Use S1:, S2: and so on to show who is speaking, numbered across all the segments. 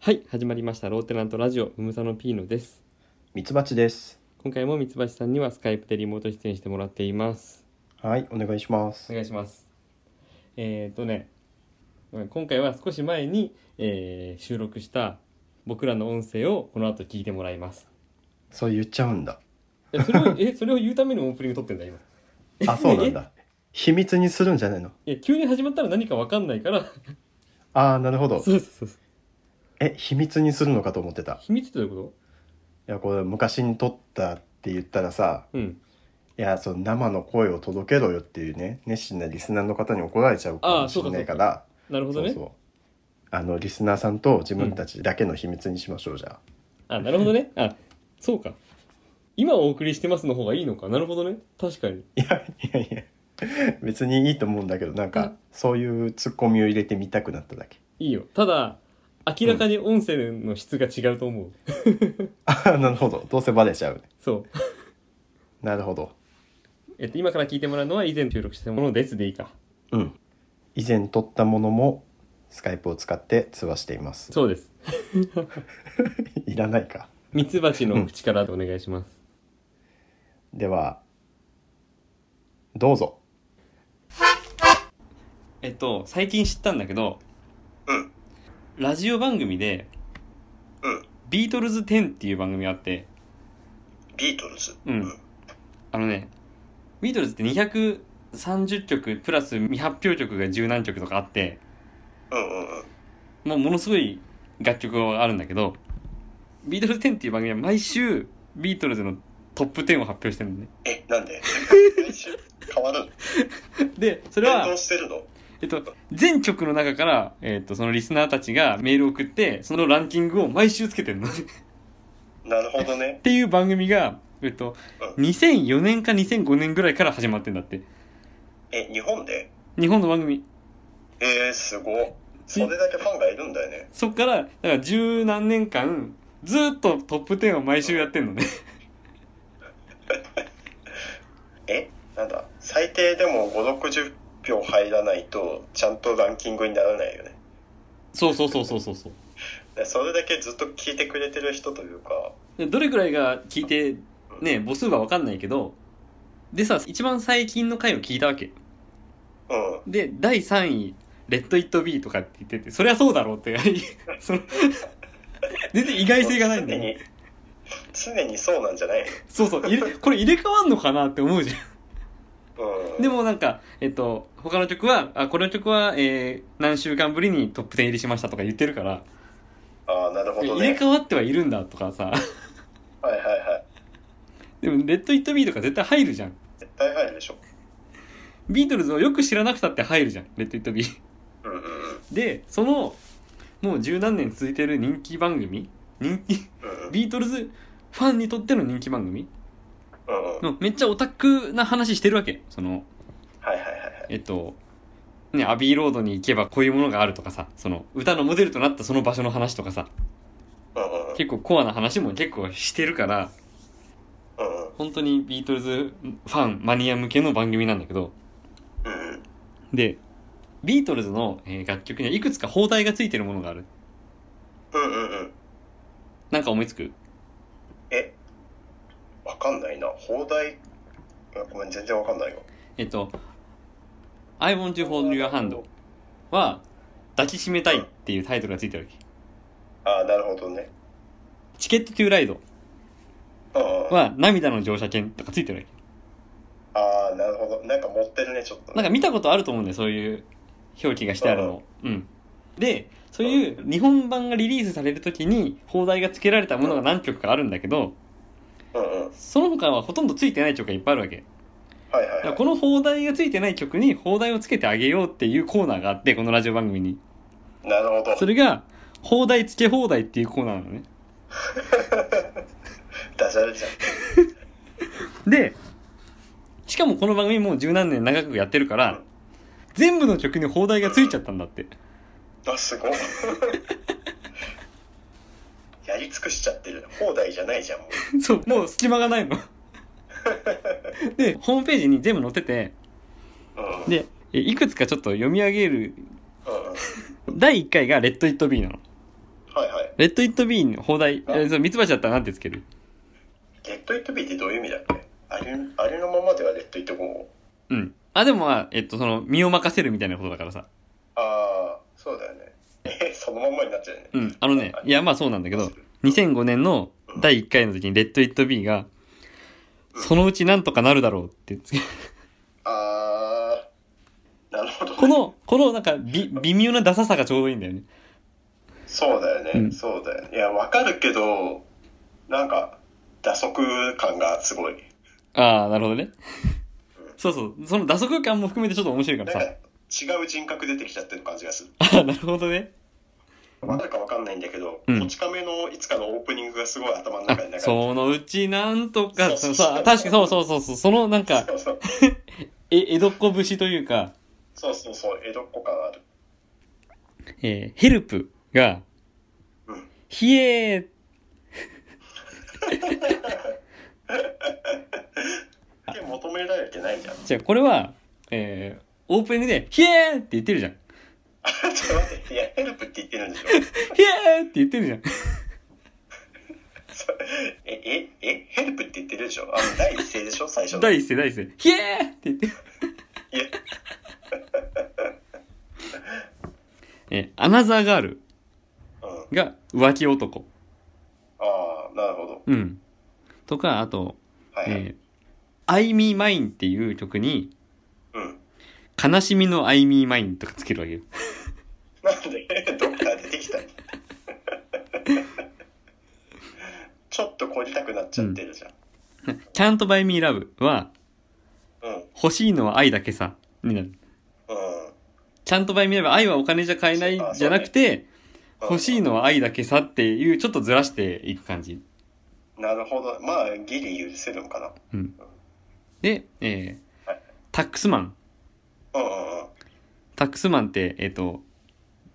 S1: はい始まりましたローテナントラジオムムサノピーノです
S2: ミツバチです。
S1: 今回も三橋さんにはスカイプでリモート出演してもらっています
S2: はい、お願いします
S1: お。願いしますえっ、ー、とね今回は少し前に、えー収録した僕らの音声をこの後聞いてもらいます
S2: そう言っちゃうんだ。
S1: いやそれをえそれを言うためにオープニング撮ってんだ今
S2: あ、そうなんだ。 秘密にするんじゃないの。
S1: いや急に始まったら何か分かんないから
S2: ああ、なるほど。
S1: そうそうそうそう
S2: え、秘密にするのかと思ってた。
S1: 秘密ってどういうこ
S2: いや、これ昔に撮ったって言ったらさ、
S1: とうん
S2: いや、その生の声を届けろよっていうね、熱心なリスナーの方に怒られちゃうか
S1: あー
S2: も
S1: そう
S2: し
S1: か
S2: れないから、
S1: なるほど
S2: そう
S1: ね
S2: そう。あのリスナーさんと自分たちだけの秘密にしましょうじゃあ。
S1: あなるほどねあそうか今お送りしてますの方がいいのかなるほどね確かに
S2: いやいやいや、別にいいと思うんだけど、なんかそういうツッコミを入れてみたくなっただけ。
S1: いいよただ明らかに音声の質が違うと思う、
S2: ああ、なるほど。どうせバレちゃうね。
S1: そう、
S2: なるほど。
S1: えっと、今から聞いてもらうのは以前収録したものですでいいか
S2: うん。以前撮ったものもスカイプを使って通話しています。
S1: そうです
S2: いらないか。
S1: ミツバチの口からお願いします
S2: では、どうぞ。
S1: えっと最近知ったんだけど
S2: うん。
S1: ラジオ番組で
S2: うん。
S1: ビートルズ10っていう番組があって
S2: ビートルズ。
S1: うんあのねビートルズって230曲プラス未発表曲が十何曲とかあって
S2: うんうんうん。
S1: もうものすごい楽曲があるんだけど、ビートルズ10っていう番組は毎週ビートルズのトップ10を発表してるのね。
S2: え、なんで変わるの
S1: で、それは、
S2: してるの
S1: えっと、全曲の中から、えっと、そのリスナーたちがメールを送って、そのランキングを毎週つけてるのね。っ
S2: なるほどね。
S1: ていう番組が、えっと、2004年か2005年ぐらいから始まってんだって。
S2: え、日本で
S1: 日本の番組。
S2: えー、すご。
S1: それ
S2: だけファンがいるんだよね。
S1: そっから、だから十何年間、ずっとトップ10を毎週やってんのね。
S3: えなんだ最低でも560票入らないとちゃんとランキングにならないよね
S1: そうそうそうそうそうそう。
S3: でそれだけずっと聞いてくれてる人というか
S1: でどれくらいが聞いてね母数は分かんないけどでさ一番最近の回を聞いたわけ
S3: うん
S1: で第3位「レッド・イット・ビー」とかって言っててそりゃそうだろうって その全然意外性がないんだよね
S3: 常に常にそうなんじゃない
S1: そうそう入れこれ入れ替わんのかなって思うじゃ
S3: のうん
S1: んでもなんかえっと他の曲はあこの曲は、えー何週間ぶりにトップ10入りしましたとか言ってるから、
S3: ああなるほど
S1: 入れ
S3: ね
S1: 替わってはいるんだとかさ
S3: はいはいはい
S1: でも「レッド・イット・ビー」とか絶対入るじゃん
S3: 絶対入るでしょ
S1: ビートルズをよく知らなくたって入るじゃん「レッド・イット・ビー」
S3: うんうんうん
S1: でそのもう十何年続いてる人気番組人気
S3: うんうん
S1: ビートルズファンにとっての人気番組
S3: うんうん
S1: のめっちゃオタクな話してるわけその
S3: はいはいはいはい
S1: えっとねアビーロードに行けばこういうものがあるとかさその歌のモデルとなったその場所の話とかさ
S3: うんうん
S1: 結構コアな話も結構してるから
S3: うん
S1: 本当にビートルズファンマニア向けの番組なんだけど
S3: うんうん
S1: でビートルズのえー楽曲にはいくつか包帯がついてるものがある
S3: うんうんうん
S1: なんか思いつく
S3: えわかんないな放題あごめん全然わかんないよ
S1: えっと「I want to hold your hand」は「抱きしめたい」っていうタイトルがついてるわけ
S3: ああなるほどね
S1: 「チケット・トゥ・ライド
S3: うんうん」うん
S1: は「涙の乗車券」とかついてるわ
S3: ああなるほどなんか持ってるねちょっと
S1: けなんか見たことあると思うんだよそういう表記がしてあるのうんでそういう日本版がリリースされる時に放題が付けられたものが何曲かあるんだけど
S3: うんうん
S1: その他はほとんど付いてない曲がいっぱいあるわけ
S3: はいはい
S1: だか
S3: は
S1: ら
S3: い
S1: この放題が付いてない曲に放題を付けてあげようっていうコーナーがあってこのラジオ番組に
S3: なるほど
S1: それが放題付け放題っていうコーナーなのね
S3: ダジャレじゃん
S1: で、しかもこの番組もう十何年長くやってるから、
S3: うん
S1: 全部の曲に放題がついちゃったんだって。
S3: あすごいやり尽くしちゃってる放題じゃないじゃんもう
S1: そう、もう隙間がないの。 で、ホームページに全部載ってて、
S3: うん
S1: で、えいくつかちょっと読み上げる、
S3: うんうん
S1: 第1回がレッド・イット・ビーなの。
S3: はいはい
S1: レッド・イット・ビーの放題、えそのミツバチだったらなんてつける
S3: レッド・イット・ビーってどういう意味だっけあれあれのままではレッド・イット・ゴー。
S1: うん。あ、でもまあ、えっと、その、身を任せるみたいなことだからさ。
S3: ああ、そうだよね。え、そのまんまになっちゃうよね。
S1: うん。あのね、いや、まあそうなんだけど、2005年の第1回の時に、レッド・イット・ビーが、そのうちなんとかなるだろうってつけ
S3: ああ、なるほど、ね。
S1: この、このなんか、び、微妙なダサさがちょうどいいんだよね。
S3: そうだよね、
S1: うん
S3: そうだよね。いや、わかるけど、なんか、打足感がすごい。
S1: ああ、なるほどね。そうそう。その打足感も含めてちょっと面白いか
S3: な
S1: ら
S3: んか、
S1: さ。
S3: 違う人格出てきちゃってる感じがする。
S1: ああ、なるほどね。
S3: わかるかわかんないんだけど、
S1: うん
S3: こち亀のいつかのオープニングがすごい頭の
S1: あ
S3: 中に流れ、てる。
S1: そのうちなんとか、
S3: そ
S1: そうう
S3: そう
S1: さ、確かそうそうそうそう、そのなんか、
S3: そうそう
S1: え、江戸っ子節というか、
S3: そうそうそう、江戸っ子感ある。
S1: えーヘルプが
S3: うん、
S1: ひえー
S3: で求められてないじゃん。
S1: じゃあこれは、えーオープニングで、ひえーって言ってるじゃん。
S3: ちょっと待って、いや、ヘルプって言ってるんでしょ。
S1: ひえーって言ってるじゃん。
S3: そうえ、え、え、ヘルプって言ってるでしょ。あの、第一声でしょ、最初の。
S1: 第一声、第一声、ひえーって言 ってる。
S3: いや
S1: えーアナザーガール
S3: うん。
S1: が浮気男。
S3: ああ、なるほど。
S1: うん。とか、あと、
S3: はいはい。
S1: えー、I Me Mine っていう曲に、
S3: うん。
S1: 悲しみの I Me Mine とかつけるわけよ。
S3: なんで、どっから出てきたの ちょっと凝りたくなっちゃってるじゃん。
S1: ちゃんと By Me Love は、
S3: うん。
S1: 欲しいのは愛だけさ、になる。
S3: うん。
S1: ちゃんと By Me Love 愛はお金じゃ買えないじゃなくて、欲しいのは愛だけさっていう、ちょっとずらしていく感じ。
S3: なるほど。まあ、ギリ許せるのか
S1: うん。で、えー
S3: はい
S1: タックスマン。
S3: な。うんうんうん。
S1: タックスマンって、えっ、と、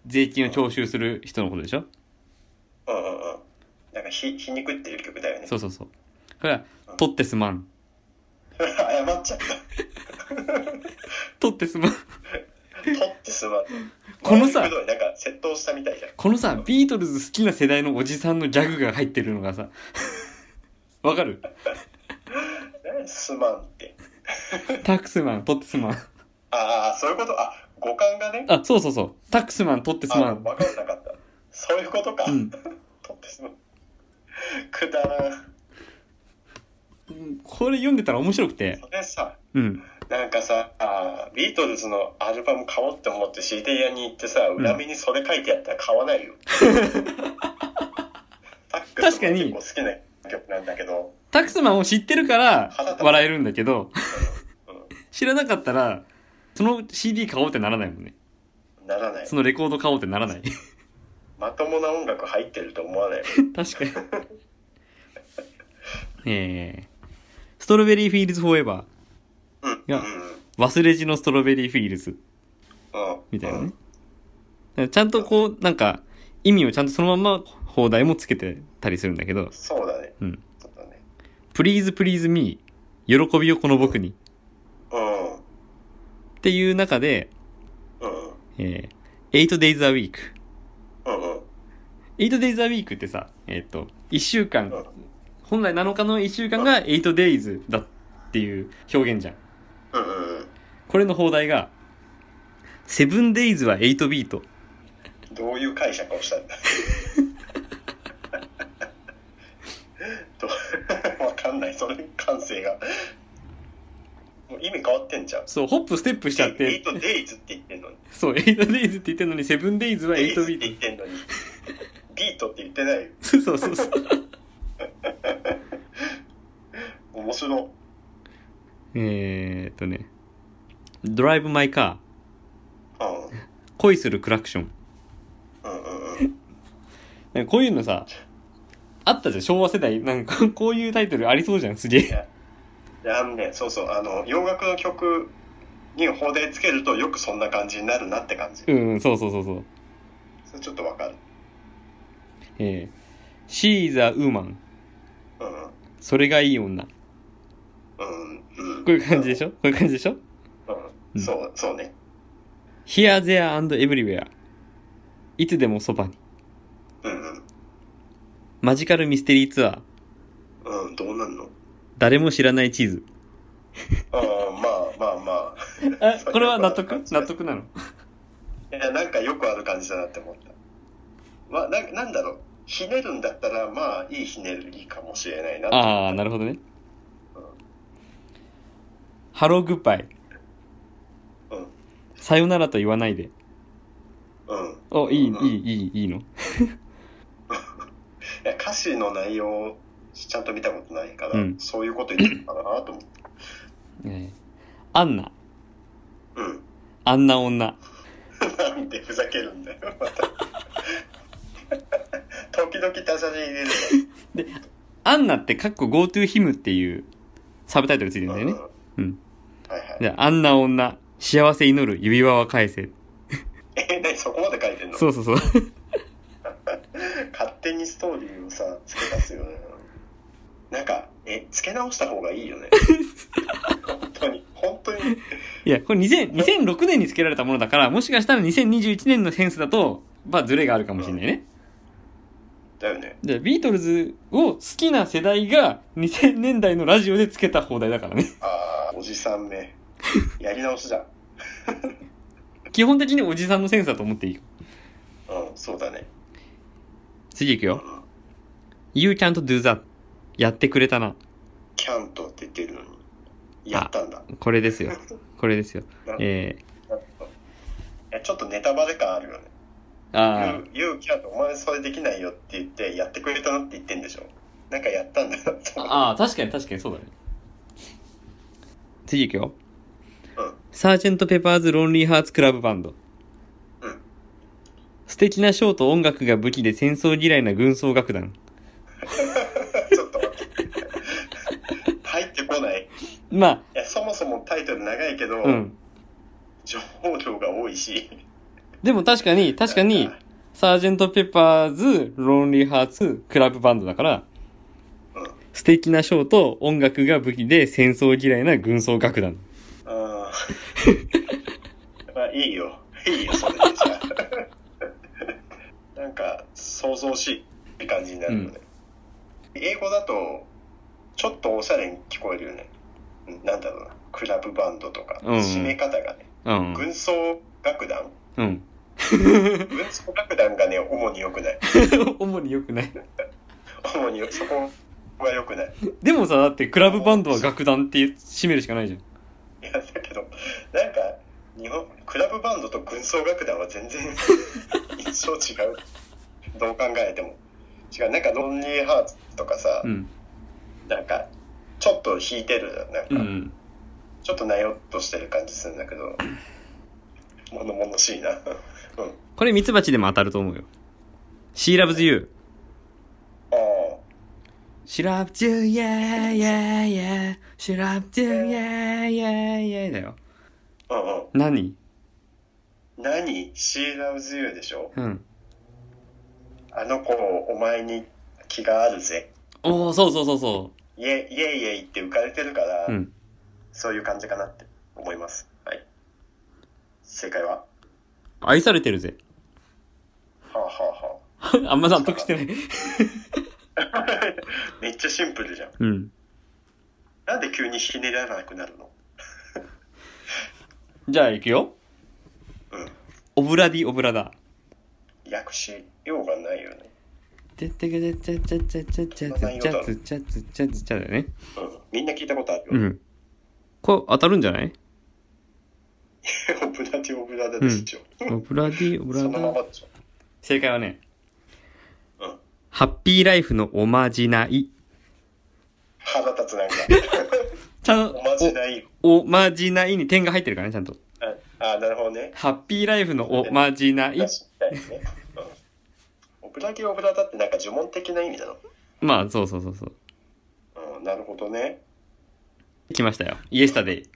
S1: 税金を徴収する人のことでしょ
S3: うんうんうん。なんかひ、皮肉っていう曲だよね。。
S1: そううそうそう。これは、取ってすまん。
S3: 謝っちゃった。
S1: 取ってすまん。
S3: 取ってすまん。
S1: このさ
S3: 周りくどいなんか、窃盗したみたいじゃん。
S1: このさ、ビートルズ好きな世代のおじさんのギャグが入ってるのがさ、わかる
S3: 何すまんって。
S1: タックスマン、取ってすまん。
S3: ああ、そういうこと。あ、五感がね。
S1: あ、そうそうそう。タックスマン、取ってす
S3: あ、
S1: ま
S3: わ
S1: ん。
S3: かんなかった。そういうことか。
S1: うん
S3: 取ってすまん。くだらん。
S1: これ読んでたら面白くて。
S3: それさ、
S1: うん。
S3: なんかさ、あービートルズのアルバム買おうって思って CD 屋に行ってさ、
S1: ん
S3: 裏目にそれ書いてあったら買わ ないよ。タックス
S1: 確か
S3: も
S1: に
S3: 結構好きな曲なんだけど、
S1: タックスマンを知ってるから笑えるんだけど、知らなかったら、その CD 買おうってならないもんね。
S3: うん、ならない
S1: そ。のレコード買おうってならない。
S3: まともな音楽入ってると思わない。
S1: 確かに。 えー、ストロベリーフィールズフォーエバ
S3: うん。
S1: いや
S3: うん。
S1: ー、忘れじのストロベリーフィールズ、
S3: うん。
S1: みたいなね。だからちゃんとこう、なんか、意味をちゃんとそのまま放題もつけてたりするんだけど、
S3: そうだね。
S1: うん。
S3: そうだね。
S1: please please me, 喜びをこの僕に。
S3: う
S1: っていう中で、
S3: ん。うん。
S1: えー、8 days a week。
S3: うんうん。
S1: 8 days a week ってさ、えっ、と、1週間
S3: うん、
S1: 本来7日の1週間が8 days だっていう表現じゃん。
S3: うんうんうん。
S1: これの放題が、セブンデイズは8ビート。
S3: どういう解釈をしたんだ どう わかんない、それ感性が。もう意味変わってんじゃん。
S1: そう、ホップステップしちゃっ
S3: エ
S1: て、
S3: イトデイズって言ってんのに。
S1: そう、8デイズって言ってんのに、セブンデイズは
S3: デイズ
S1: 8
S3: って
S1: ビ
S3: 言っ
S1: ート。
S3: てんのに。ビートって言ってないよ。
S1: そうそうそうそう。
S3: 面白い。
S1: えーっとね、ドライブマイカ
S3: うん。
S1: ー、恋するクラクション。
S3: うんうんうん。
S1: なんかこういうのさ、あったじゃん、昭和世代。なんか、こういうタイトルありそうじゃん、すげえ。
S3: いやあのね、そうそう、あの、洋楽の曲に放題つけるとよくそんな感じになるなって感じ。
S1: うん、そうそうそうそう。
S3: それちょっとわかる。
S1: えー、She's a woman.
S3: うん。
S1: それがいい女。こ
S3: うん。うん。
S1: ういう感じでしょこういう感じでしょ
S3: うん。そう、そうね。
S1: ?Here, there, and everywhere. いつでもそばに。
S3: うんうん。
S1: マジカルミステリーツアー、
S3: うん、どうなんの
S1: 誰も知らない地図。
S3: ああ、まあまあま
S1: あ、これは納
S3: そう
S1: 得
S3: いうこと
S1: 納得なの
S3: あ。いや、なんかよくある感じだなって思った。まあ、ななんだろう。ひねるんだったら、まあ、いいひねりかもしれないなって。
S1: ああ、なるほどね。ハローグッバイ。
S3: うん
S1: さよならと言わないで。
S3: うん。
S1: お、いい、
S3: うん
S1: いい、いい、いいの
S3: いや歌詞の内容をちゃんと見たことないから、
S1: うん
S3: そういうこと言ってるのかなと思って。
S1: えーアンナ。
S3: うん。
S1: あんな女。
S3: なんでふざけるんだよ、ま た。時々他者に入れる
S1: アンナってかっこ GoTo ヒムっていうサブタイトルついてるん
S3: の
S1: だよね。うん。
S3: はいはい。
S1: じゃあ、あんな女。幸せ祈る指輪は返せ。
S3: え、何そこまで書いてんの
S1: そうそうそう。
S3: 勝手にストーリーをさ、付け出すよね。なんか、え、付け直した方がいいよね。本当に、本当に。
S1: いや、これ2000 2006年に付けられたものだから、もしかしたら2021年のセンスだと、まあ、ズレがあるかもしれないね。
S3: だよね。
S1: で、ビートルズを好きな世代が2000年代のラジオでつけた放題だからね。
S3: ああ、おじさんめ。やり直しだ。
S1: 基本的におじさんのセンスだと思っていいよ。
S3: うん、そうだね。
S1: 次行く
S3: うん
S1: よ。。You can't do that. やってくれたな。
S3: キャントって言ってるのに。やったんだ。
S1: これですよ。これですよ。え
S3: えちょっとネタバレ感あるよね。
S1: ー、あー
S3: ゆうきゃんお前それできないよって言って、やってくれたのって言ってんでしょ。なんかやったんだなって思う
S1: あー、確かに確かにそうだね。次行くよ。
S3: うん
S1: サージェント・ペパーズ・ロンリー・ハーツ・クラブ・バンド。
S3: うん
S1: 素敵なショーと音楽が武器で戦争嫌いな軍曹楽団。
S3: ちょっと待って。入ってこない。
S1: まあ、
S3: いや、そもそもタイトル長いけど、
S1: うん。
S3: 情報量が多いし。
S1: でも確かに、確かに、サージェント・ペッパーズ、ロンリー・ハーツ、クラブバンドだから、
S3: うん
S1: 素敵なショーと音楽が武器で戦争嫌いな軍曹楽団。
S3: あー まあ、いいよ。いいよ、それでじゃあなんか、想像しい感じになるよね。英語だと、ちょっとおしゃれに聞こえるよね。うんなんだろうな。クラブバンドとか、
S1: うん
S3: 締め方がね。
S1: うん。
S3: 軍曹楽団
S1: うん。
S3: 軍曹楽団がね、主に良くない。
S1: 主に良くない。
S3: 主によ、そこは良くない。
S1: でもさ、だってクラブバンドは楽団って締めるしかないじゃん。
S3: いや、だけど、なんか、日本、クラブバンドと軍曹楽団は 全然印象違う。どう考えても。違う、なんか、ロンリーハーツとかさ、
S1: うん。
S3: なんか、ちょっと弾いてるじゃんなんか、
S1: うん。
S3: ちょっとなよっとしてる感じするんだけど、物々しいな。 うん。
S1: これミツバチでも当たると思うよ。She loves you.
S3: ああ、
S1: She loves you, yeah, yeah, yeah. She loves you, yeah, yeah, yeah. だよ。
S3: うんうん。
S1: 何
S3: 何 ?She loves you でしょ
S1: うん。
S3: あの子、お前に気があるぜ。
S1: おー、そうそうそうそ
S3: イェイイェイイェイって浮かれてるから、
S1: う。うん。
S3: そういう感じかなって思います。はい。正解は
S1: 愛されてるぜ。
S3: はあは
S1: あんま納得してない。
S3: あはあ。 めっちゃシンプルじゃん。
S1: うん。
S3: なんで急にひねらなくなるの
S1: じゃあ行くよ。
S3: うん。
S1: オブラディオブラダ。
S3: 訳しようがないよね。
S1: ちゃちゃちゃちゃちゃちゃちゃちゃちゃちゃちゃちゃちゃだよね。
S3: うん。みんな聞いたことある
S1: う
S3: よ。
S1: ん。これ当たるんじゃない
S3: オブラディオブラダでしょ。
S1: オブラディオブ
S3: そのま
S1: ラダ。
S3: までしょ。
S1: 正解はね、
S3: うん。
S1: ハッピーライフのおまじない。
S3: 腹立つなんか。
S1: ちゃん
S3: おまじない。
S1: お、おまじないに点が入ってるからね、ちゃんと。
S3: ああ、なるほどね。
S1: ハッピーライフのおまじな
S3: 確
S1: い。
S3: かにね。うん。オブラディオブラダってなんか呪文的な意味なの
S1: まあ、そうそうそうそう。
S3: うん、なるほどね。
S1: 来ましたよ。イエスタデイ。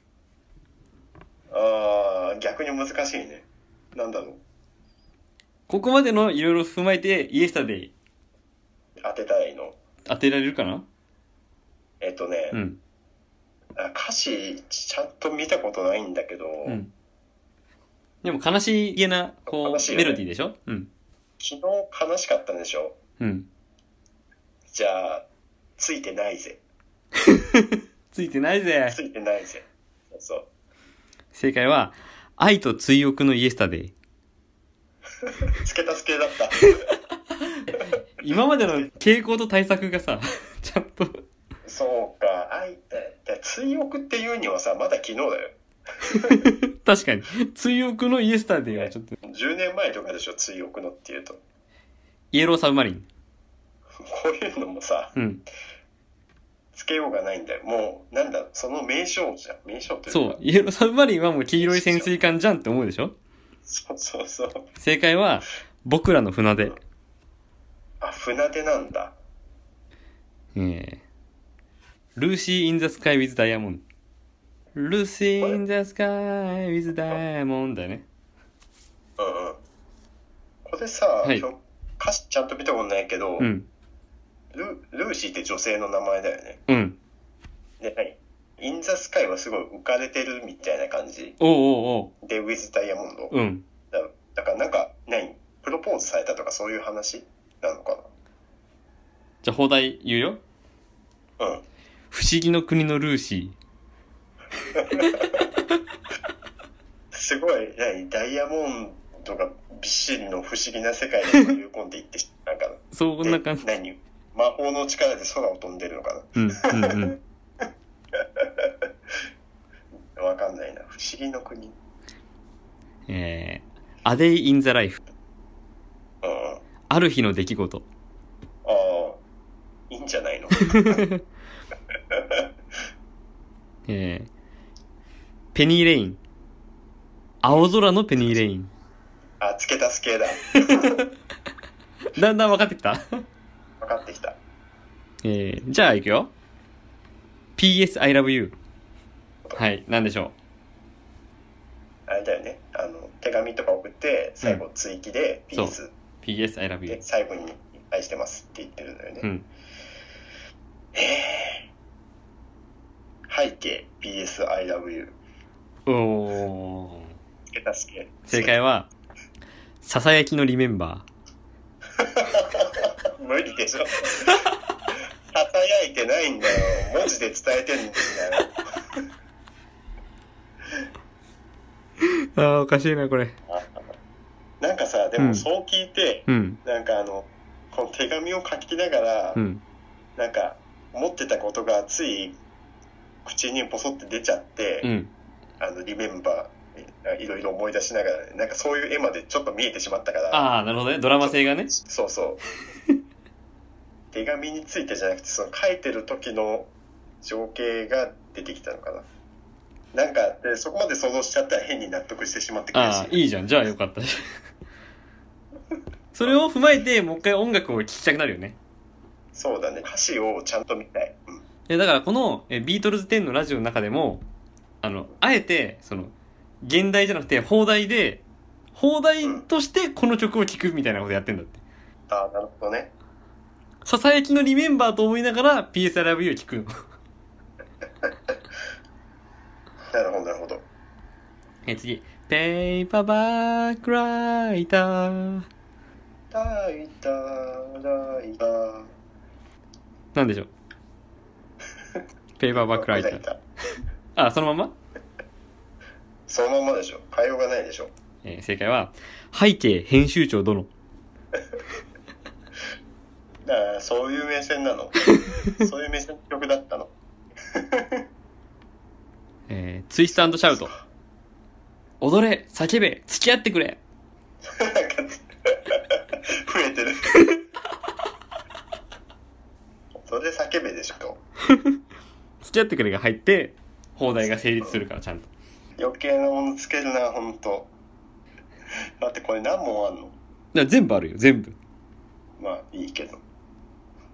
S3: ああ、逆に難しいね。なんだろう。
S1: ここまでのいろいろ踏まえて、イエスタデイ
S3: 当てたいの。
S1: 当てられるかな
S3: えっとね、
S1: うん。
S3: あ歌詞ちゃんと見たことないんだけど、
S1: うん。でも悲しげな、こ、
S3: 悲しいうよ
S1: メ
S3: ね
S1: ロディーでしょうん。
S3: 昨日悲しかったんでしょ
S1: うん。
S3: じゃあ、ついてないぜ。
S1: ついてないぜ
S3: ついてないぜ。そうそう。
S1: 正解は「愛と追憶のイエスタデイ
S3: 付け足す系 だった。」
S1: 今までの傾向と対策がさ ちゃんと
S3: そうか、愛って、で追憶っていうにはさ、まだ昨日だよ。
S1: 確かに追憶のイエスタデイはちょっと
S3: 10年前とかでしょ、追憶のっていうと。
S1: イエローサブマリン
S3: こういうのもさ、
S1: うん
S3: つけようがないんだよ。もう、なんだ、その名称じゃん。名称というか。
S1: そうイエローサブマリンはもう黄色い潜水艦じゃんって思うでしょ
S3: そうそうそう。
S1: 正解は「僕らの船出」
S3: あ、船出なんだ。
S1: ええルーシー・イン・ザ・スカイ・ウィズ・ダイヤモンドルーシー・イン・ザ・スカイ・ウィズ・ダイヤモンドだよね
S3: うんうん。これさ、
S1: い
S3: ひょ歌詞ちゃんと見たことないけど、
S1: うん
S3: ルルーシーって女性の名前だよね。
S1: うん
S3: で、何インザスカイはすごい浮かれてるみたいな感じ。
S1: おうおう
S3: で、ウィズダイヤモンド。
S1: おううん
S3: だだからなんか、何プロポーズされたとかそういう話なのか
S1: じゃあ放題言うよ
S3: なうん。
S1: 不思議の国のルーシ
S3: すごい、何ダイヤモンドがびっしりの不思議な世界に飛び込んでいって、 なんか、
S1: ー。そんな感じ。
S3: で何魔法の力で空を飛んでるのか
S1: うん、うん、うん。
S3: なわかんないな。不思議の国。うん
S1: えー、A Day in the Life。
S3: うん。あ
S1: ある日の出来事。
S3: あ、いいんじ ゃないの
S1: えー、ペニーレイン。青空のペニーレイン。
S3: あ、付け足す系だ。
S1: だんだん分かってきた
S3: 分かってきた。
S1: えー、じゃあ行くよ。PS I love you. はい、なんでしょ
S3: あれだよね。あの、手紙とか送って、最後追記で、ピース
S1: う。PS I love
S3: で
S1: you.
S3: 最後に愛してますって言ってるんだよね。
S1: うん。
S3: 背景、PS I love you。
S1: おー。
S3: 付け足す系。
S1: 正解は、ささやきのリメンバ
S3: 無理でしょ。囁いてないんだよ。文字で伝えてんだよ。
S1: ー。あー、おかしいな、これ。
S3: なんかさ、で
S1: うん
S3: もそう聞いて、
S1: うん、
S3: なんかあの、この手紙を書きながら、
S1: うん。
S3: なんか、思ってたことがつい、口にポソって出ちゃって、
S1: うん。
S3: あの、リメンバー、いろいろ思い出しながら、ね、なんかそういう絵までちょっと見えてしまったから、
S1: ああ、なるほどね。ドラマ性がね。
S3: そうそう。手紙についてじゃなくて、その書いてる時の情景が出てきたのかな。なんか、でそこまで想像しちゃったら変に納得してしまってくるし
S1: ああ、いいじゃん。じゃあよかった。 それを踏まえて、もう一回音楽を聴きたくなるよね。
S3: そうだね。歌詞をちゃんと見たい。うん。
S1: えだからこのえビートルズ10のラジオの中でも、あの、あえて、その、現代じゃなくて、放題で、放題としてこの曲を聴くみたいなことやってんだって。
S3: ああ、なるほどね。
S1: ささやきのリメンバーと思いながら PS I Love You を聴くの。
S3: なるほど、なるほど。
S1: え次。ペーパーバックライター。
S3: ライター、ライター。
S1: なんでしょう。 ペーパーバックライター。
S3: ー。
S1: あ、そのまま
S3: そのままでしょ。変えようがないでしょ。
S1: えー正解は、背景編集長殿。
S3: だから、そういう目線な の。そういう目線の曲だったの。
S1: えーツイストシャウト。踊れ、叫べ、付き合ってくれ。
S3: なんか、増えてる。それ叫べでしょ。
S1: 付き合ってくれが入って、放題が成立するから、ちゃんと。
S3: 余計なものつけるな、ほんと。だってこれ何問あんの
S1: だから全部あるよ、全部。
S3: まあいいけど。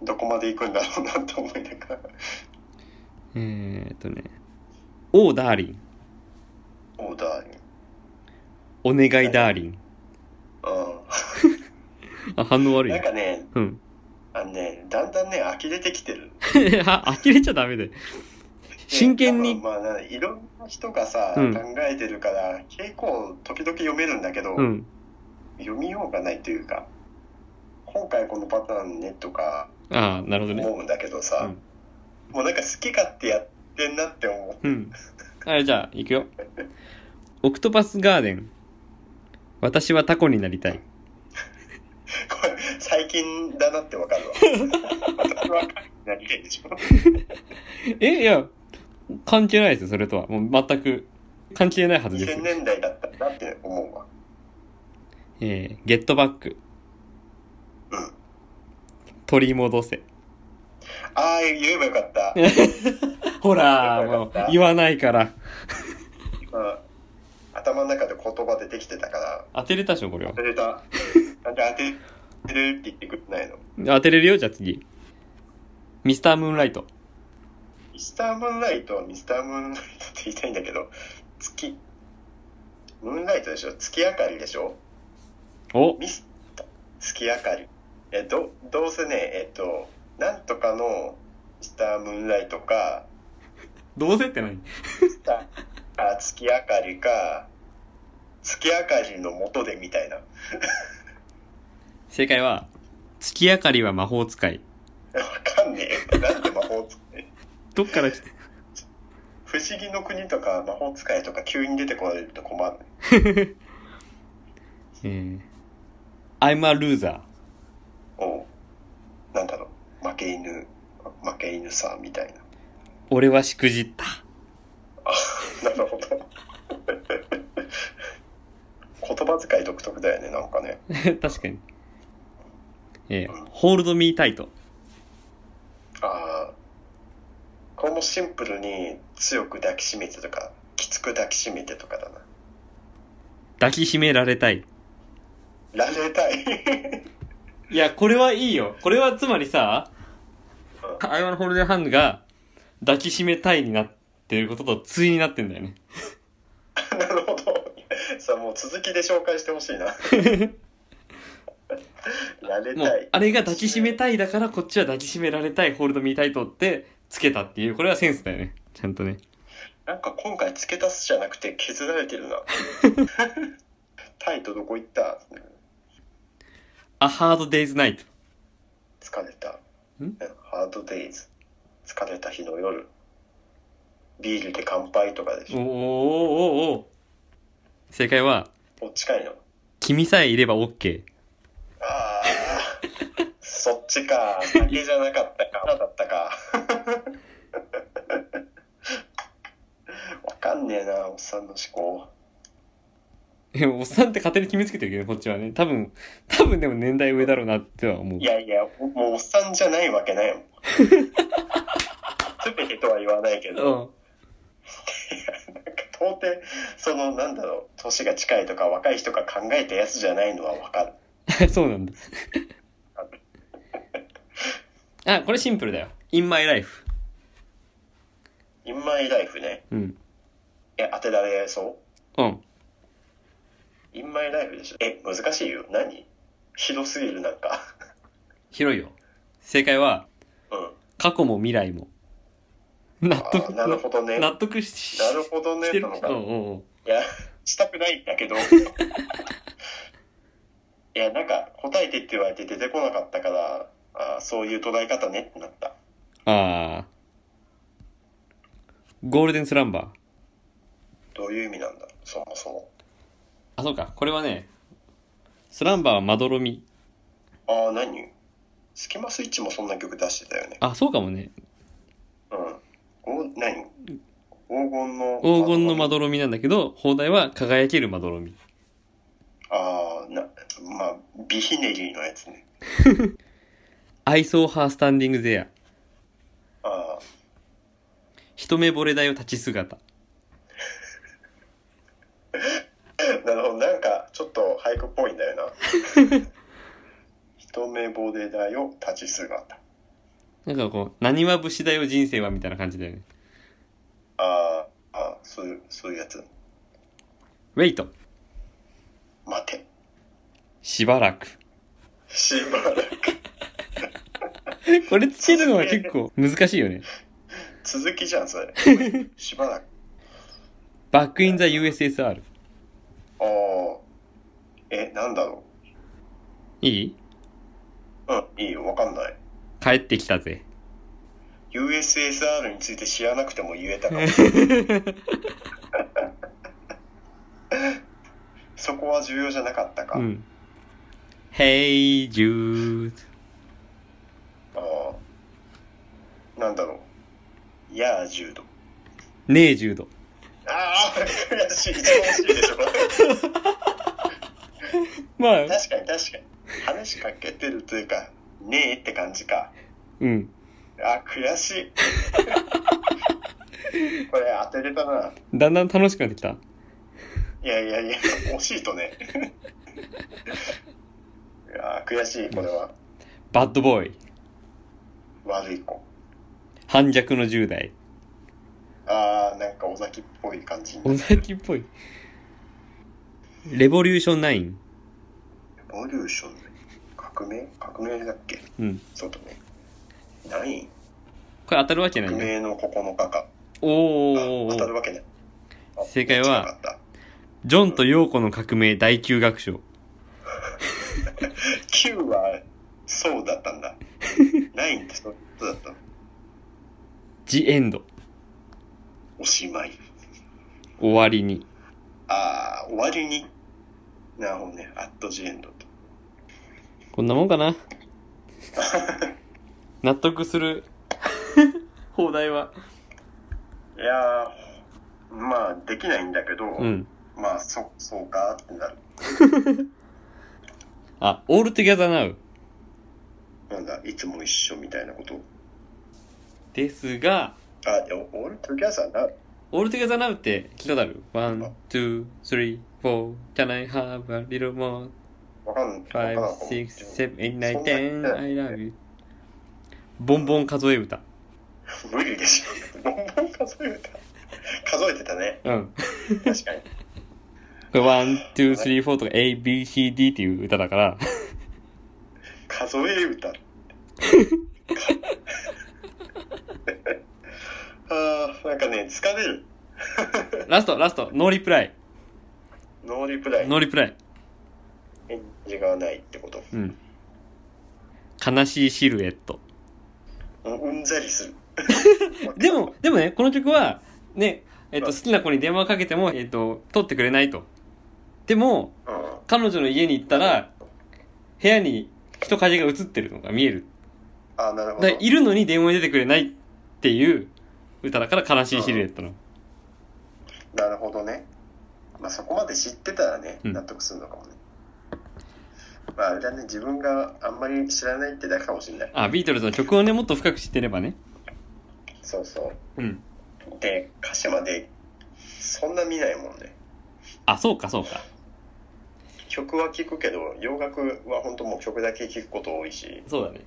S3: どこまで行くんだろうなって思いながら。
S1: えーっとね。おう、ダーリン。
S3: オーダーに。
S1: お願い、ダーリン。あ、反応
S3: う
S1: 悪
S3: ん。
S1: い
S3: なん
S1: ね。
S3: かね、
S1: うん。
S3: あのね、だんだんね、呆れてきてる。
S1: あ、呆れちゃダメだよ。真剣
S3: で
S1: に。
S3: まあ、まあいろんな人がさ、
S1: うん
S3: 考えてるから、結構時々読めるんだけど、
S1: うん。
S3: 読みようがないというか今回このパターンねとか
S1: ああ、なるほどね。
S3: 思うんだけどさ、もうなんか好き勝手やってんなって思
S1: うん。あれ、じゃあ、行くよ。オクトパスガーデン。私はタコになりたい。
S3: う。これ、最近だなってわかるわ。私は何でしょ
S1: え、いや、関係ないですよ、それとは。もう全く、関係ないはずです
S3: 2000。年代だったなって思うわ。
S1: えー、ゲットバック。
S3: うん。
S1: 取り戻せ。
S3: ああ、言えばよかった。
S1: ほら、もう、言わないから。
S3: うん頭の中で言葉でできてたから、
S1: 当てれたでしょ、これは
S3: 当。てれた。なんで当てれるって言ってくれないの
S1: 当てれるよ、じゃあ次。ミスタームーンライト。
S3: ミスタームーンライトはミスタームーンライトって言いたいんだけど、月、ムーンライトでしょ月明かりでしょ
S1: お
S3: ミスター、月明かり。え、ど、どうせね、えっと、なんとかのミスタームーンライトか、
S1: どうせって何
S3: ミスター、あ、月明かりか、月明かりの元でみたいな。
S1: 正解は、月明かりは魔法使い。
S3: わかんねえよ。なんで魔法使い
S1: どっから来て、
S3: 不思議の国とか魔法使いとか急に出てこられると困る。
S1: えー、I'm a loser.
S3: おうなんだろう、負け犬、負け犬さ、みたい
S1: 俺はしくじった。
S3: な。なるほど。 言葉遣い独特だよね、なんかね。
S1: 確かに。えー、hold me tight.
S3: ああ。これもシンプルに強く抱きしめてとか、きつく抱きしめてとかだな。
S1: 抱きしめられたい。
S3: られたい。
S1: いや、これはいいよ。これはつまりさ、I wanna hold your hand が抱きしめたいになってることと対になってんだよね。
S3: なるほど。さあもう続きで紹介してほしい な。られ
S1: も
S3: た
S1: う
S3: い、。
S1: あれが抱きしめたいだからこっちは抱きしめられたい、ホールドミータイトってつけたっていう、これはセンスだよね。ちゃんとね。
S3: なんか今回付け足すじゃなくて削られてるな。タイトどこ行った
S1: A hard day's night.
S3: 疲れた
S1: ん。
S3: ハードデイズ。疲れた日の夜。ビールで乾杯とかでし
S1: おーおー
S3: ょ。
S1: おーおー正解は、
S3: お近いの。
S1: 君さえいれば OK。
S3: あーそっちか。酒じゃなかったか。花だったか。 わかんねえな、おっさんの思考。
S1: で もおっさんって勝手に決めつけてるけどね、こっちはね。多分、多分でも年代上だろうなっては思う
S3: い。やいや、おもうおっさんじゃないわけないもん。すべてとは言わないけど。
S1: うん。
S3: なんか到底そのなんだろう年が近いとか若い人が考えたやつじゃないのは分か る
S1: そうなんだ。あ、これシンプルだよ。in my life。
S3: インマイライフね
S1: うん。
S3: え当てられそ
S1: うん。
S3: うインマイライフでしょえ難しいよ何広すぎるなんか
S1: 広いよ。正解は、
S3: うん
S1: 過去も未来も。納
S3: あ
S1: 得
S3: ーなるほどねな
S1: 納得し
S3: るほどね
S1: してる
S3: なの
S1: う
S3: か
S1: んうんうん
S3: いやしたくないんだけど いやなんか答えてって言われて出てこなかったからあーそういう捉え方ねってなった
S1: ああ。ゴールデンスランバー。
S3: どういう意味なんだそもそも
S1: あ、そうか。これはね、スランバーはまどろみ。
S3: ああ何スキマスイッチもそんな曲出してたよね
S1: あ、そうかもね。
S3: うん。お何黄金の。
S1: 黄金のま。どろみなんだけど、放題は輝けるまどろみ。
S3: ああ、な、まあ、ビヒネリーのやつね。
S1: I saw her standing there.
S3: ああ、
S1: 一目惚れだよ立ち姿。
S3: なるほど。なんか、ちょっと俳句っぽいんだよな。 一目惚れだよ、立ち姿。
S1: なんかこう、何は節だよ人生はみたいな感じだよね。
S3: ああ、ああ、そういう、そういうやつ。
S1: Wait.
S3: 待て。
S1: しばらく。
S3: しばらく。
S1: これつけるのは結構難しいよね。
S3: 続きじゃ ん、それ。しばらく。
S1: バックインザ USSR。
S3: ああ、え、なんだろ。
S1: いいう
S3: うん、いいよ、わかんない。
S1: 帰ってきたぜ。
S3: USSR について知らなくても言 えたかもそこは重要じゃなかったか、
S1: うん。Hey Jude.
S3: あーなんだろうやあ柔道
S1: ねえ、ジュード。
S3: ああ悔 しい一番惜しいで しょこれ
S1: まあ、
S3: 確かに確かに話しかけてるというかねえって感じか
S1: うん。
S3: あー悔 しいこれ当てれたな
S1: だんだん楽しくなってきた。
S3: いやいやいや、惜しいとね。 いやー、悔しい、これは。
S1: バッドボーイ。
S3: 悪い子。
S1: 反弱の10代。
S3: あー、なんか尾崎っぽい感じにな
S1: 尾
S3: る。
S1: 崎っぽい。レボリューション9。
S3: ボリューションね。革命革命だっけ
S1: うん。
S3: そうだね。ない
S1: これ当たるわけない
S3: 革
S1: ね。
S3: 命の9日か。
S1: お
S3: あ
S1: ーお
S3: 当
S1: ー
S3: た
S1: お
S3: る
S1: ー。
S3: わけない。あ
S1: 正解は
S3: 近かった
S1: ジョンとヨーコの革命大休学賞。
S3: 9は、そうだった んだ。9ってそういうことだったの。
S1: ジエンド。
S3: おしまい。
S1: 終わりに。
S3: あー、終わりに。なるほどね。アットジエンドと。
S1: こんなもんか な。納得する。放題は。
S3: いやー、まあ、できないんだけど、
S1: うん。
S3: まあ、そ、そうかってなる。
S1: あ、オールトゥギャザーナウ。
S3: なんだ、いつも一緒みたいなこと。
S1: ですが、
S3: あ、でも、オールトギャザーな、
S1: オールトゥギャザーナウって聞いたことある ?1、2、3、4 Can I have a little more?
S3: わかんない。
S1: 5
S3: わかん、ない
S1: 6、7、8、9、
S3: そんな
S1: 10 I love you ボンボン数え歌。
S3: 無理でしょ。 ボンボン数えた。数えてたね。
S1: うん。
S3: 確かに。
S1: これ1、2、3、4とか A, B, C, D っていう歌だ から。
S3: 数え歌。か あーなんかね、疲れる。
S1: ラスト、ラスト、ノーリプライ。
S3: ノーリプライ。
S1: ノーリプライ。
S3: 返事がないってこと。
S1: うん。悲しいシルエット。
S3: うんうんざりする。
S1: でも、でもね、この曲は、ね、えっと、
S3: う
S1: 好
S3: ん
S1: きな子に電話かけても、えっと、取ってくれないと。でも、
S3: うん、
S1: 彼女の家に行ったら、部屋に人影が映ってるのが見える。
S3: あー、なるほ
S1: だから
S3: ど。
S1: いるのに電話に出てくれないっていう歌だから悲しいシルエットの。
S3: なるほどね。まあそこまで知ってたらね、
S1: うん
S3: 納得するのかもね。まああれだね、自分があんまり知らないってだけかもしれない。
S1: あ、ビートルズの曲をね、もっと深く知ってればね。
S3: そうそ
S1: うん。
S3: う。で、歌詞までそんな見ないもんね。
S1: あ、そうか、そうか。
S3: 曲は聴くけど、洋楽は本当もう曲だけ聴くこと多いし、
S1: そうだね。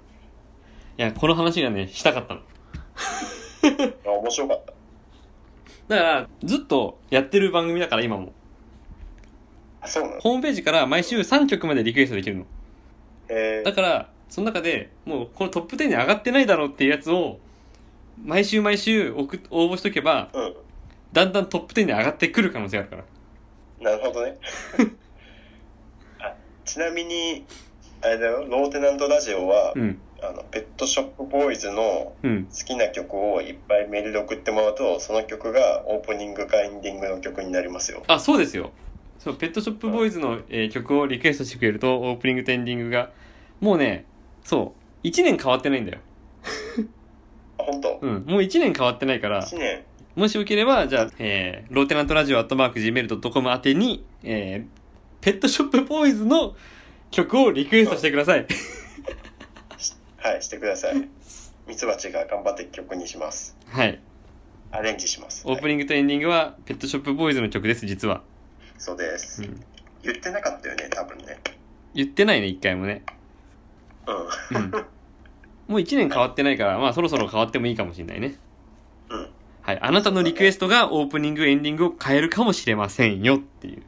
S1: いや、この話がね、したかったの。
S3: あ面白かった。
S1: だから、ずっとやってる番組だから、今も。
S3: あ、そうなの
S1: ホームページから毎週3曲までリクエストできるの。
S3: え
S1: だから、その中でもうこのトップ10に上がってないだろうっていうやつを、毎週毎週送っ応募しとけば、
S3: うん。
S1: だんだんトップ10に上がってくる可能性があるから。
S3: なるほどね。 あちなみに、あれだよ、ローテナントラジオは、
S1: うん。
S3: あのペットショップボーイズの
S1: うん。
S3: 好きな曲をいっぱいメールで送ってもらうとその曲がオープニングかエンディングの曲になりますよ
S1: あ、そうですよ。そう、ペットショップボーイズの、えー曲をリクエストしてくれると、オープニングとエンディングが、もうね、そう、1年変わってないんだよ。
S3: あ本当
S1: うん。もう1年変わってないから、
S3: 1年
S1: もしよければ、じゃあ、えー、ローテナントラジオアットマーク Gmail.com 宛てに、えー、ペットショップボーイズの曲をリクエストしてくだ さい。
S3: はいしてくださいミツバチが頑張って曲にします
S1: はい。
S3: アレンジします
S1: オープニングとエンディングは、ペットショップボーイズの曲です、実は。
S3: はいそうです、
S1: うん
S3: 言ってなかったよね多分ね
S1: 言ってないね、一回もね。
S3: う
S1: うん。もう一年変わってないから、まあそろそろ変わってもいいかもしれないね。
S3: んうん
S1: はい。あなたのリクエストがオープニング、エンディングを変えるかもしれませんよっていう。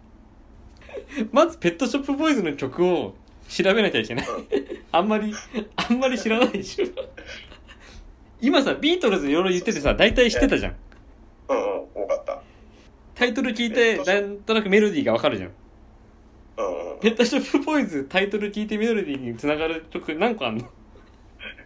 S1: まず、ペットショップボーイズの曲を調べなきゃい けない。あんまり、あんまり知らないでしょ。今さ、ビートルズいろいろ言っててさ、大体知ってたじゃん。
S3: うんうん多かった
S1: タイトル聞いて、なんとなくメロディーがわかるじゃん。
S3: うんうん
S1: ペットショップボーイズタイトル聞いてメロディーに繋がる曲何個あんの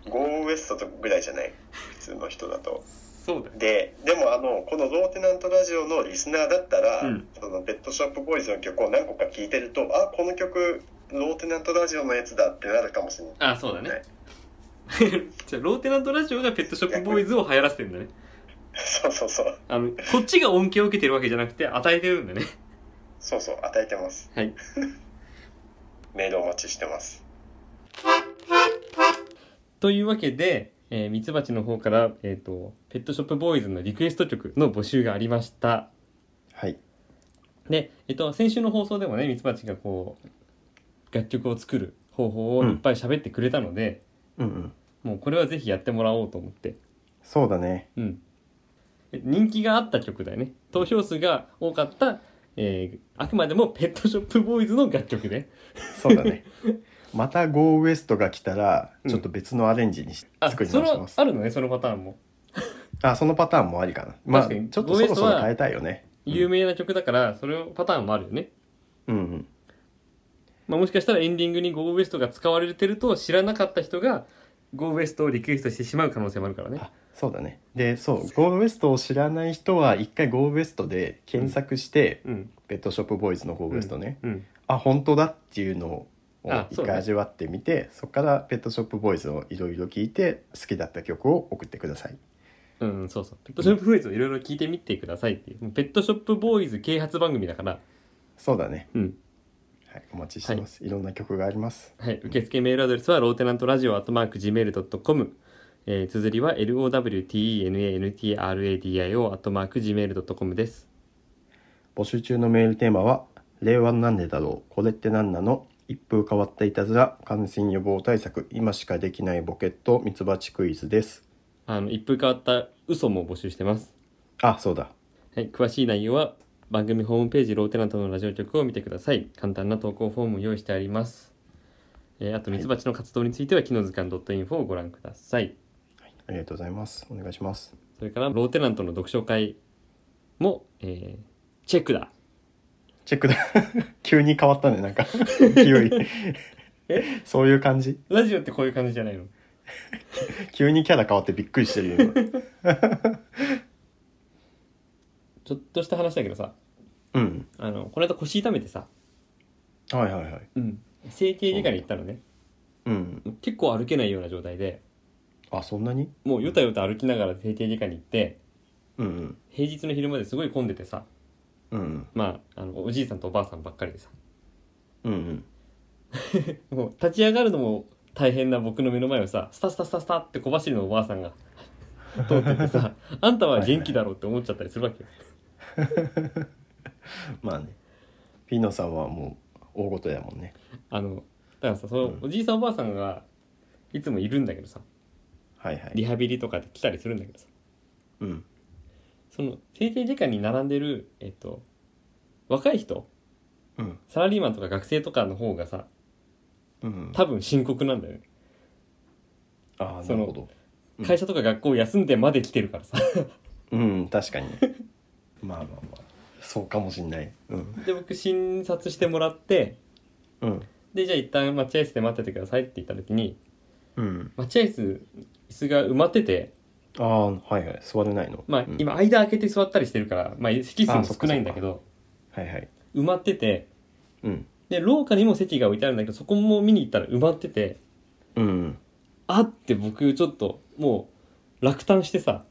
S3: ゴーウエストとぐらいじゃない普通の人だと
S1: そうだよ
S3: ででもあのこのローテナントラジオのリスナーだったら、
S1: うん
S3: そのペットショップボーイズの曲を何個か聴いてるとあこの曲ローテナントラジオのやつだってなるかもしれない
S1: あそうだ
S3: は
S1: ね
S3: い
S1: じゃあローテナントラジオがペットショップボーイズを流行らせてんだね
S3: そうそうそう
S1: あのこっちが恩恵を受けてるわけじゃなくて与えてるんだね
S3: そうそう与えてます
S1: はい
S3: メールお待ちしてます
S1: というわけで、えー、ミツバチの方から、えー、とペットショップボーイズのリクエスト曲の募集がありました
S2: はい
S1: で、えっと、先週の放送でもねミツバチがこう楽曲を作る方法を
S2: うん
S1: いっぱい喋ってくれたので、
S2: うんうん
S1: もうこれはぜひやってもらおうと思って、
S2: そうだね
S1: うん、え人気があった曲だよね投票数が多かった、えーあくまでもペットショップボーイズの楽曲ね
S2: そう だねまた GO ウエストが来たら
S1: うん
S2: ちょっと別のアレンジにし
S1: あ
S2: 作り
S1: そ
S2: 直
S1: れ
S2: し
S1: は
S2: ます、
S1: あるのねそのパターンも
S2: あそのパターンもありかなまあ
S1: 確かに
S2: ちょっ
S1: Go
S2: と
S1: ウエ
S2: そ
S1: ス
S2: ろ
S1: ト
S2: そ
S1: は
S2: ろ変えたいよね
S1: 有名な曲だからそれをパターンもあるよね、
S2: うんうん
S1: まあ、もしかしたらエンディングに GO ウエストが使われてると知らなかった人が GO ウエストをリクエストしてしまう可能性もあるからね
S2: あそうだねでそう GO ウエストを知らない人は一回 GO ウエストで検索して、
S1: うん
S2: ペットショップボーイズの GO ウエストね、
S1: うん
S2: あ本当だっていうのを
S1: あそ
S2: 一
S1: うだ
S2: 回
S1: ね
S2: 味わってみてそこ、からペットショップボーイズをいろいろ聞いて好きだった曲を送ってください
S1: うん、そうそうペットショップボーイズをいろいろ聞いてみてくださいっていうもうペットショップボーイズ啓発番組だから
S2: そうだね、
S1: うん
S2: はい、お待ちしてます、い、ろんな曲があります
S1: はい受付メールアドレスはローテナントラジオアットマーク Gmail.com えー、綴りは LOWTENANTRADIO アットマーク Gmail.com です
S2: 募集中のメールテーマは「令和のなんでだろうこれって何なの?」一風変わったいたずら感染予防対策今しかできないボケットミツバチクイズです
S1: あの一風変わった嘘も募集してます
S2: あそうだ
S1: はい、詳しい内容は番組ホームページローテナントのラジオ局を見てください簡単な投稿フォームを用意してあります、えーあとミツバチの活動については、機能図鑑 .info をご覧ください
S2: ありがとうございますお願いします
S1: それからローテナントの読書会も、えーチェックだ
S2: チェックだ 急に変わったねな んか勢い
S1: え
S2: そういう感じ
S1: ラジオってこういう感じじゃないの
S2: 急にキャラ変わってびっくりしてるよ今
S1: ちょっとした話だけどさ
S2: うん
S1: あのこの間腰痛めてさ、
S2: はいはいはい
S1: 整形外科に行ったのね
S2: うん
S1: 結構歩けないような状態で
S2: あそんなに
S1: もうよたよた歩きながら整形外科に行って
S2: うんうん
S1: 平日の昼まですごい混んでてさ
S2: うんうん
S1: まああのおじいさんとおばあさんばっかりでさ
S2: うんうん
S1: もう立ち上がるのも大変な僕の目の前をさスタスタスタスタって小走りのおばあさんが 通っててさあんたは元気だろうって思っちゃったりするわけよ
S2: まあねピーノさんはもう大ごとやもんね
S1: あのだからさそのおじいさんおばあさんがいつもいるんだけどさ
S2: はいはい
S1: リハビリとかで来たりするんだけどさ
S2: うん
S1: その定定時間に並んでるえっと若い人
S2: うん
S1: サラリーマンとか学生とかの方がさ
S2: うん
S1: 多分深刻なんだよね
S2: ああ
S1: そ
S2: な
S1: の
S2: るほどうん
S1: 会社とか学校休んでまで来てるからさ
S2: うん確かにね まあまあまあそうかもしんないうん
S1: で僕診察してもらって
S2: うん
S1: でじゃあ一旦待合室で待っててくださいって言った時に
S2: うん
S1: 待合室椅子が埋まってて、
S2: ああはいはい座れないの
S1: まあ
S2: うん、
S1: 今間開けて座ったりしてるから、まあ、席数
S2: あ
S1: も
S2: そっ
S1: 少
S2: か
S1: ないんだけど
S2: はいはい
S1: 埋まってて
S2: うん
S1: で廊下にも席が置いてあるんだけどそこも見に行ったら埋まってて
S2: うん
S1: あって僕ちょっともう落胆してさ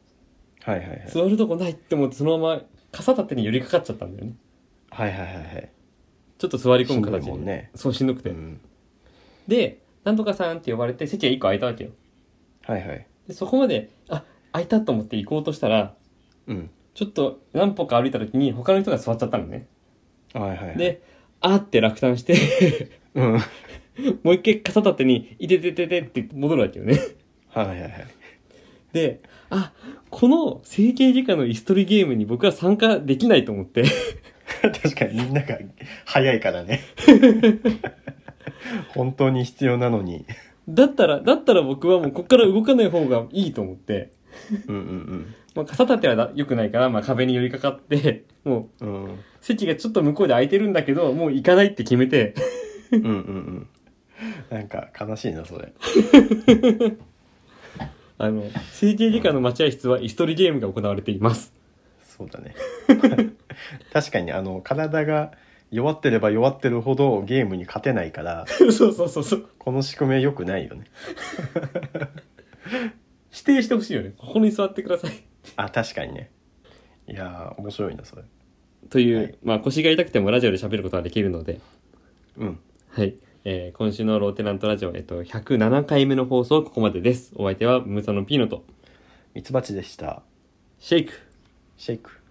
S2: はいはいはい
S1: 座るとこないって思ってそのまま傘立てに寄りかかっちゃったんだよね
S2: はいはいはいはい
S1: ちょっと座り込む形
S2: しんどいも
S1: に、
S2: んね
S1: そうしんどくて、
S2: うん
S1: でなんとかさんって呼ばれて席が1個空いたわけよ
S2: はいはい
S1: でそこまであ空いたと思って行こうとしたら
S2: うん
S1: ちょっと何歩か歩いた時に他の人が座っちゃったのね
S2: はいはいはい
S1: であーって落胆して
S2: うん
S1: もう一回傘立てに、いててててって戻るわけよね。
S2: はいはいはい
S1: で、あ、この整形外科の椅子取りゲームに僕は参加できないと思って、
S2: 確かにみんなが早いから ね本当に必要なのに
S1: だったら、だったら僕はもうこっから動かない方がいいと思って、
S2: うんうん
S1: まあ、傘立てはだ良くないから、まあ、壁に寄りかかって、 もう
S2: うんうん
S1: 席がちょっと向こうで空いてるんだけど、もう行かないって決めて、
S2: うんうんうんなんか悲しいなそれ
S1: あの整形外科の待合室は椅子取りゲームが行われています
S2: そうだ ね確かにあの体が弱ってれば弱ってるほどゲームに勝てないから
S1: そうそうそうそう
S2: この仕組みは良くないよね
S1: 指定してほしいよねここに座ってください
S2: あ確かにねいやー面白いなそれ
S1: という、
S2: はい
S1: まあ腰が痛くてもラジオで喋ることができるので
S2: うん
S1: はい、えー今週のローテナントラジオ、えっと、107回目の放送ここまでですお相手はムーサのピーノと
S2: ミツバチでした
S1: シェイク
S2: シェイク